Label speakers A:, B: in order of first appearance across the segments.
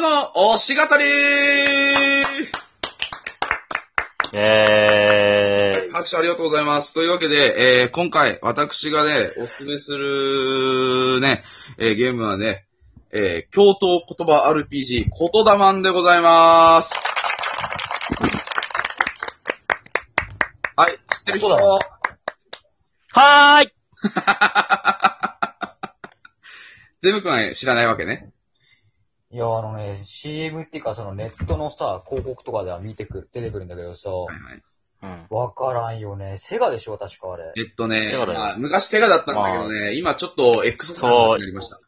A: の推し語り
B: えー
A: 拍手ありがとうございます。というわけで、えー今回私がね、おすすめするね、えーゲームはね、えー、京都言葉 RPG、言霊マンでございます。はい、知ってる人
B: 言霊はーい
A: 全部くんは知らないわけね。
C: いや、あのね、CM っていうか、そのネットのさ、広告とかでは見てくる、出てくるんだけどさ、
A: はいはい。
B: うん。
C: わからんよね。セガでしょ、確かあれ。
A: えっとね、
B: セガだよ
A: まあ昔セガだったんだけどね、今ちょっと X ソフになりました。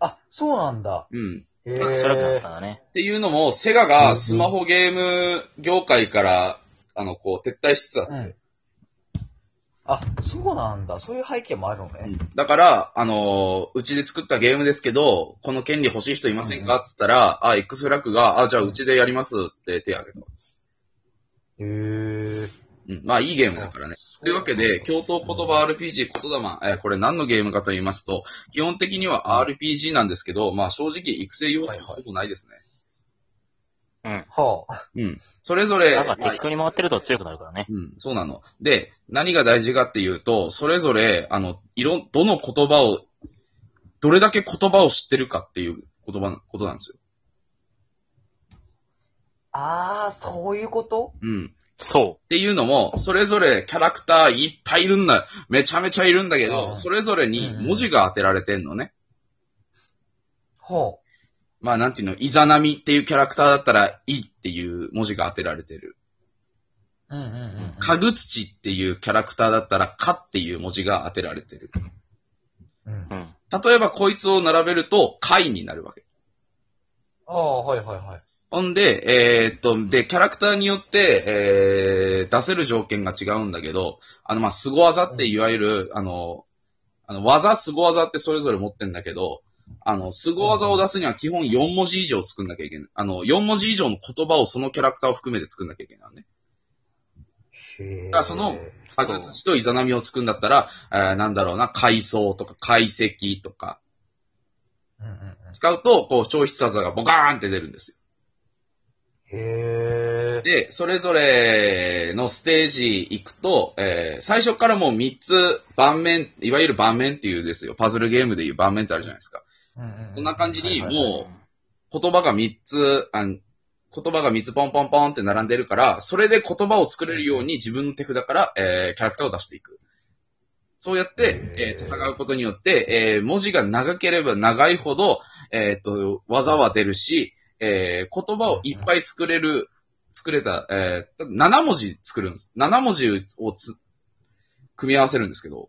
C: あ、そうなんだ。
A: うん。
C: へ
B: なんか辛くなった
C: え
B: ん。だね。
A: っていうのも、セガがスマホゲーム業界から、あの、こう、撤退しつつあって、
C: うん。あ、そうなんだ。そういう背景もあるのね。
A: だから、あのーうちで作ったゲームですけど、この権利欲しい人いませんかって言ったら、あ、X フラッグが、あ、じゃあうちでやりますって手挙げた。
C: へえ。
A: うん。まあ、いいゲームだからね。というわけで、
C: 日
A: 共闘言葉 RPG 言霊、えーこれ何のゲームかと言いますと、基本的には RPG なんですけど、まあ正直育成要素はほぼないですね。
C: はあ。
A: それぞれ、
B: なんか
A: まあ
B: 適当に回ってると強くなるからね。
A: うん、そうなの。で、何が大事かっていうと、それぞれ、あの、いろ、どの言葉を、どれだけ言葉を知ってるかっていう言葉、ことなんですよ。
C: あー、そういうこと
A: うん。
B: そ
A: っていうのも、それぞれキャラクターいっぱいいるんだ、めちゃめちゃいるんだけ
C: う
A: ど、
C: ん
A: それぞれに文字が当てられてんのね。
C: は
A: まあなんていうの、イザナミっていうキャラクターだったら、イっていう文字が当てられてる。
C: あ。うんうんうん。
A: かぐつちっていうキャラクターだったら、かっていう文字が当てられてる。
C: うん
B: う。う。ん。
A: 例えばこいつを並べると、かいになるわけ。
C: ああ、はいはいはい。
A: ほんで、えーっと、で、キャラクターによって、えー、出せる条件が違うんだけど、あの、まあ、凄技っていわゆる、あの、あの、技、凄技ってそれぞれ持ってんだけど、あの、凄技を出すには基本4文字以上作んなきゃいけない。あの、4文字以上の言葉をそのキャラクターを含めて作んなきゃいけないのね。
C: へえ。
A: あそのあと、土とイザナミを作るんだったら、えー、なんだろうな、階層とか解析とか、
C: うんうんうん。
A: 使うと、こう、消失技がボカーンって出るんですよ
C: へえ。
A: で、それぞれのステージ行くと、えー最初からもう3つ盤面、いわゆる盤面っていうですよ。パズルゲームでいう盤面ってあるじゃないですか。こ
C: こ
A: んな感じにも
B: う
A: 言葉が3つ、あん言葉が3つポンポンポンって並んでるから、それで言葉を作れるように自分の手札から、えーキャラクターを出していく。そうやって、えー
C: へー
A: 戦うことによって、えー文字が長ければ長いほど、えーっと、技は出るし、えー言葉をいっぱい作れる、作れた、えー7文字作るんです。7文字をつ、組み合わせるんですけど、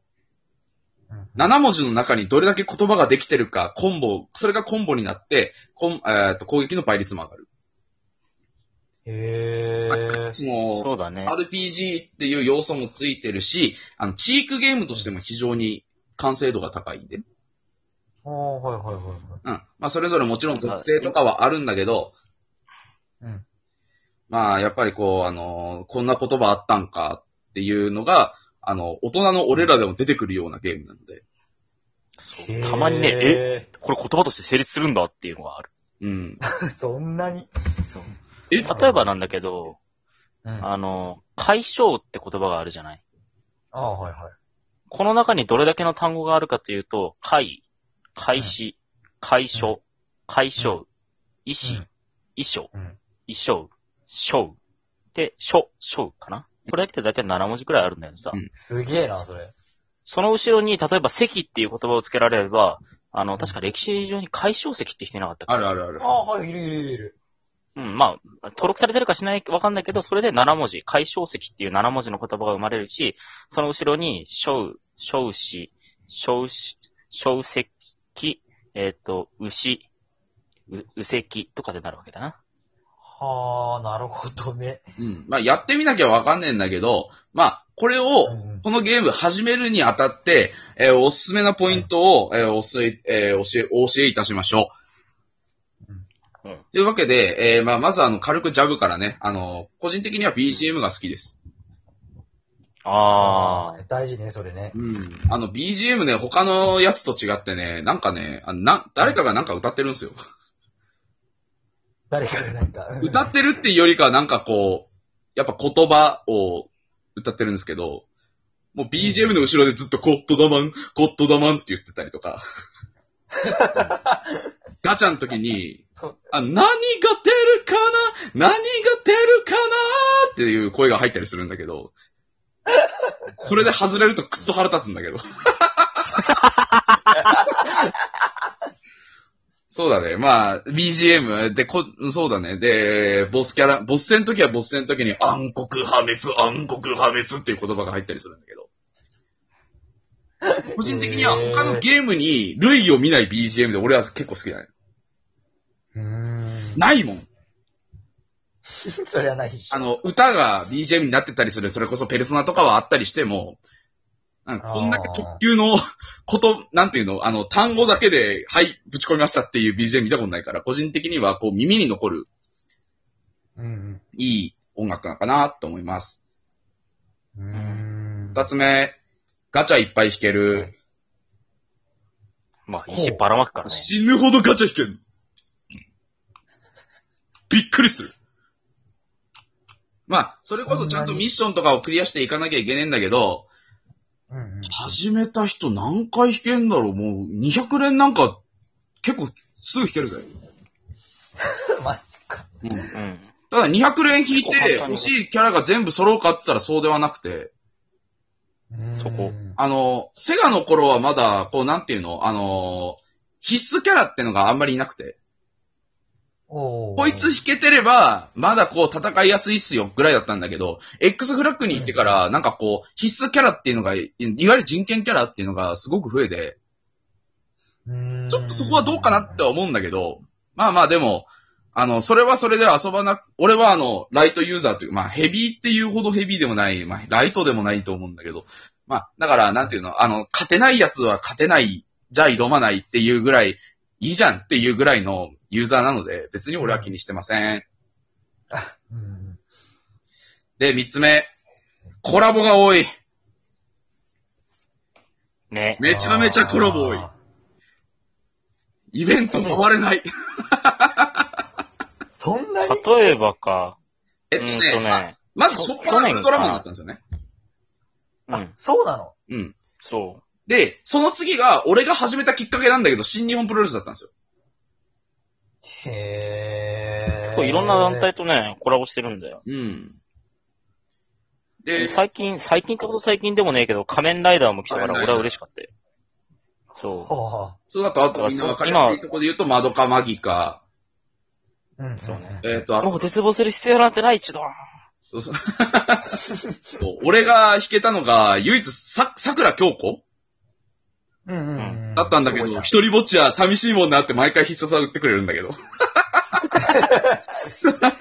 A: 7文字の中にどれだけ言葉ができてるか、コンボ、それがコンボになって、コンえーっと攻撃の倍率も上がる。
C: へえ。
A: そ
B: ん
A: の、
B: そうだね。
A: RPG っていう要素もついてるし、あの、チークゲームとしても非常に完成度が高いんで。うん。
C: ああ、はいはいはいはい。
A: まあ、それぞれもちろん特性とかはあるんだけど、
C: うん。
A: まあ、やっぱりこう、あのこんな言葉あったんかっていうのが、あの、大人の俺らでも出てくるようなゲームなので。
B: そ うたまにね、え、
C: え
B: これ言葉として成立するんだっていうのがある。
A: うん。
C: そんなに。
B: そう。
A: え
B: 例えばなんだけど、
C: うん、あ
B: あの、解消って言葉があるじゃない。
C: あ、はいはい。
B: この中にどれだけの単語があるかというと、解、開始、解消、解消、意思
C: うん、
B: 意書
C: うん、
B: 意書、書で、書、書かなこれだけで大体7文字くらいあるんだよねさ。
A: うん
C: すげえな、それ。
B: その後ろに、例えば席っていう言葉をつけられれば、あの、確か歴史上に解消石って来てなかったか
A: あるあるある
C: あ。あ、はい、いるいるいるいる。
B: うん、まあ、登録されてるかしないかわかんないけど、それで7文字、解消石っていう7文字の言葉が生まれるし、その後ろに、小、小子、小子、小石、えっ、と、牛、う、うせきとかでなるわけだな。
C: はあ、なるほどね。
A: うん。まあ、やってみなきゃわかんねえんだけど、まあ、これを、
C: うん
A: このゲーム始めるにあたって、えーおすすめなポイントを、えーおすええー教え、お教えいたしましょう。
B: うん
A: というわけで、えーまあ、まずあの、軽くジャブからね、あの、個人的には BGM が好きです。
B: あ
C: あ、大事ね、それね。
A: うん。あの、BGM ね、他のやつと違ってね、なんかね、あな、誰かがなんか歌ってるんですよ。
C: 誰かがなんか。
A: 歌ってるっていうよりかはなんかこう、やっぱ言葉を歌ってるんですけど、もう BGM の後ろでずっとコットダマン、コットダマンって言ってたりと か。ガチャの時に、
C: そう
A: あ、何が出るかな何が出るかなっていう声が入ったりするんだけど、それで外れるとクッソ腹立つんだけど。そうだね。まあ、BGM でこ、そうだね。で、ボスキャラ、ボス戦の時はボス戦の時に暗黒破滅、暗黒破滅っていう言葉が入ったりするんだけど。個人的には他のゲームに類を見ない BGM で俺は結構好きだね。
C: うーん。
A: ないもん。
C: そりゃないっしょ
A: あの、歌が BGM になってたりする、それこそペルソナとかはあったりしても、なんかこんだけ特急の こと、なんていうの、あの、単語だけで、はい、ぶち込みましたっていう BGM 見たことないから、個人的にはこう耳に残る
C: うん
A: いい音楽なのかなと思います。
C: うん。うーん。
A: 二つ目、ガチャいっぱい引け
C: は
A: る
C: い。
B: まあ、石ばらまくからね。
A: 死ぬほどガチャ引ける。びっくりする。まあ、それこそちゃんとミッションとかをクリアしていかなきゃいけねえんだけど、
C: うんうん。
A: 始めた人何回弾けんだろうもう200連なんか結構すぐ弾けるぜ。
C: マジ か。
A: うん、
B: うん。
A: ただ200連弾い
B: 結構簡
A: て
B: 単に
A: 欲しいキャラが全部揃うかって言ったらそうではなくて、
C: うーん
B: そこ。
A: あの、セガの頃はまだ、こうなんていうのあの、必須キャラってのがあんまりいなくて、
C: おー
A: こいつ弾けてれば、まだこう戦いやすいっすよぐらいだったんだけど、X フラッグに行ってから、なんかこう、必須キャラっていうのが、いいわゆる人権キャラっていうのがすごく増えて、
C: うーん
A: ちょっとそこはどうかなって思うんだけど、まあまあでも、あの、それはそれで遊ばな、俺はあの、ライトユーザーというか、まあヘビーっていうほどヘビーでもない、まあライトでもないと思うんだけど、まあ、だからなんていうの、あの、勝てないやつは勝てない、じゃあ挑まないっていうぐらい、いいじゃんっていうぐらいのユーザーなので、別に俺は気にしてません。
C: うん
A: で、三つ目。コラボが多い。
B: ね。
A: めちゃめちゃコラボ多い。
C: あ
A: イベント回れない。
C: ーそんなに
B: 例えばか。
A: え
B: う
A: っと
B: ん
A: ね、
B: とね。
A: まずそこからウルトラマンだったんですよね。
B: うん。
C: そうなの
A: うん。
B: そ
A: で、その次が、俺が始めたきっかけなんだけど、新日本プロレスだったんですよ。
B: う。
C: へ
B: 結
C: ー。
B: 構いろんな団体とね、コラボしてるんだよ。
A: うん。で、
B: 最近、最近ってこと最近でもねえけど、仮面ライダーも来たから
A: 仮面ライ
B: 俺
A: ダー
B: は嬉しかったよ。そ
C: は
A: そうだと、あとみんな分かりやすいところで言うと、マドカマギカ、
C: あ。うん。
B: う。そうね。
A: えっ、と、あ
B: もう絶望する必要なんてない一度。
A: そう そう俺が弾けたのが、唯一、さ、桜京子
C: うんうんうん。
A: だったんだけど、
C: すごいじ
A: 一人ぼっちは寂しいもんなって毎回必殺技打ってくれるんだけど、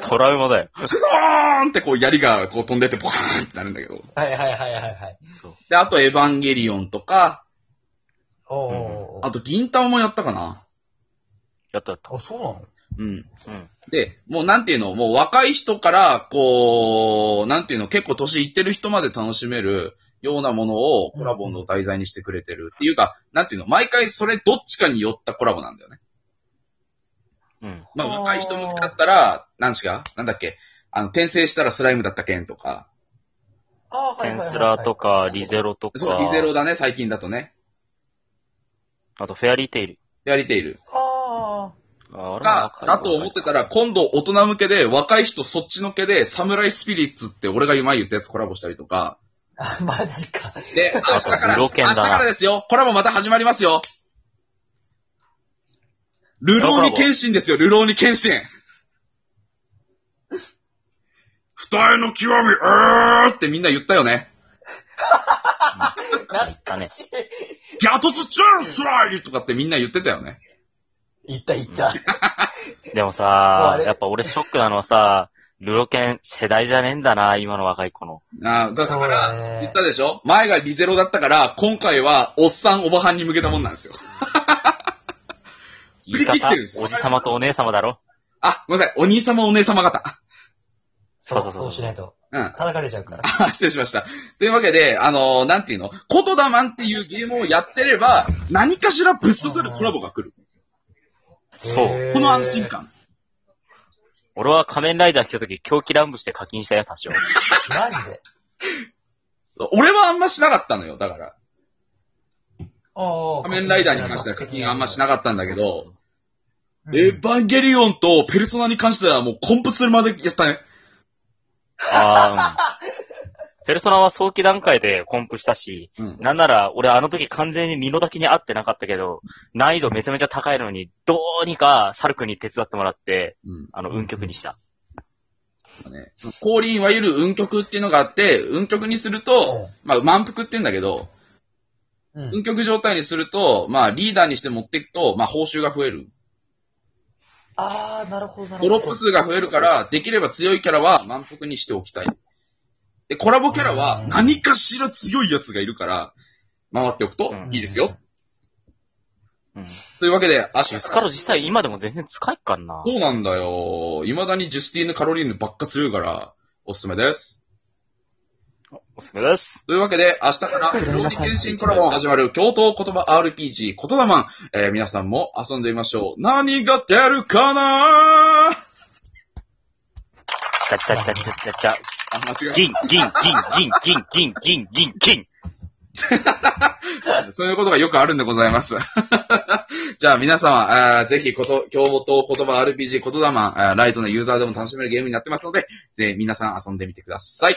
B: トラウマだよ。
A: シュドーンってこう槍がこう飛んでって、ボカーンってなるんだけど。
C: ゃんはいはいはいはいはい。
B: そう。
A: で、あと、エヴァンゲリオンとか、
C: おー。
A: あと、銀玉もやったかな。
B: やったやっ
C: あ、そうなの
A: うん。
B: た。うん。
A: で、もうなんていうの、もう若い人から、こう、なんていうの、結構年いってる人まで楽しめるようなものをコラボの題材にしてくれてるっていうか、なんていうの、毎回それどっちかに寄ったコラボなんだよね。
B: うん。
A: まあ
C: あー
A: 若い人向けだったら、なんしか、なんだっけ、あの、転生したらスライムだったけんとか、
C: あー、はい
B: テ
C: はいはい
B: ン
C: はい。
B: スラーとか、リゼロと
A: そ
B: か
A: う、、リゼロだね、最近だとね。
B: あとフェアリーテイル。
A: やりている。
C: あ
B: ああれも
A: が
B: 若、い
A: だと思ってたら、今度大人向けで、若い人そっちのけで、サムライスピリッツって俺が今言ったやつコラボしたりとか、
C: ー。あ、 マジか。
A: で、明日から、明
B: ルロケンだ
A: 日
B: な
A: からですよ。コラボまた始まりますよ。ルローニ剣心ですよ、ルローニ剣心。二重の極み、うーってみんな言ったよね。
B: あ言ったね。
A: ギャトツチューンスライとかってみんな言ってたよね。
C: いったいった。
B: でも
C: あ
B: さ
C: れ、
B: やっぱ俺ショックなのはさ、ルロケン世代じゃねえんだな、今の若い子の。
A: ああ、だ
C: そう
A: から、
C: だね
A: 言ったでしょ前がリゼロだったから、今回は、おっさん、おばはんに向けたもんなんですよ。
B: 言い
A: 振り切っ
B: 方
A: てるんですよ
B: おじさまとお姉さまだろ
A: あ、ごめんなさい、お兄様、お姉様方。
C: そう
B: そうそうそう
C: そうしないと。
A: うん。
C: 叩かれちゃうから。
A: あ失礼しました。というわけで、あのーなんていうのコトダマンっていうゲームをやってれば、何かしらブッ刺するコラボが来る。
B: そう。
C: へー
A: この安心。感。
B: 俺は仮面ライダー来た時狂気乱舞して課金したよ、多少。
C: なんで
A: 俺はあんましなかったのよ、だから。
C: ああ
A: 仮面ライダーに関しては課金あんましな
C: かっ
A: かったんだけど、
C: た
A: エヴァンゲリオンとペルソナに関してはもうコンプするまでやったね。
B: ああ、うん。ペルソナは早期段階でコンプしたし、
A: うん。
B: なんなら俺あの時完全に身の丈に合ってなかったけど、難易度めちゃめちゃ高いのに、どうにかサルクに手伝ってもらって、
A: うん。
B: あの、運曲にした。
A: ね、降臨いわゆる運曲っていうのがあって、運曲にすると、まあ満腹って言うんだけど、
C: うん。
A: 運曲状態にすると、まあリーダーにして持っていくと、まあ報酬が増える。
C: ああ、なるほど、なるほ
A: ド
C: ど。
A: ロップ数が増えるから、できれば強いキャラは満腹にしておきたい。で、コラボキャラは
C: うん
A: 何かしら強いやつがいるから、回っておくと
B: うん
A: いいですよ。
B: うん。
A: というわけで、あ、
B: シスカロ実際今でも全然使えっかんな。
A: そうなんだよ。未だにジュスティーヌ・カロリーヌばっか強いから、おすすめです。
B: おすすめです。
A: というわけで、明日から、プロディケンシンコラボが始まる、共闘言葉 RPG、言霊マン、えー皆さんも遊んでみましょう。何が出るかなあ、
B: チャチャチャチャチャチャ。
A: 間違え
B: 銀、銀、銀、銀、銀、銀、銀、銀、銀。
A: た。 そういうことがよくあるんでございます。 じゃあ皆様、あーぜひこと、共闘言葉 RPG、言霊マン、あーライトのユーザーでも楽しめるゲームになってますので、ぜひ皆さん遊んでみてください。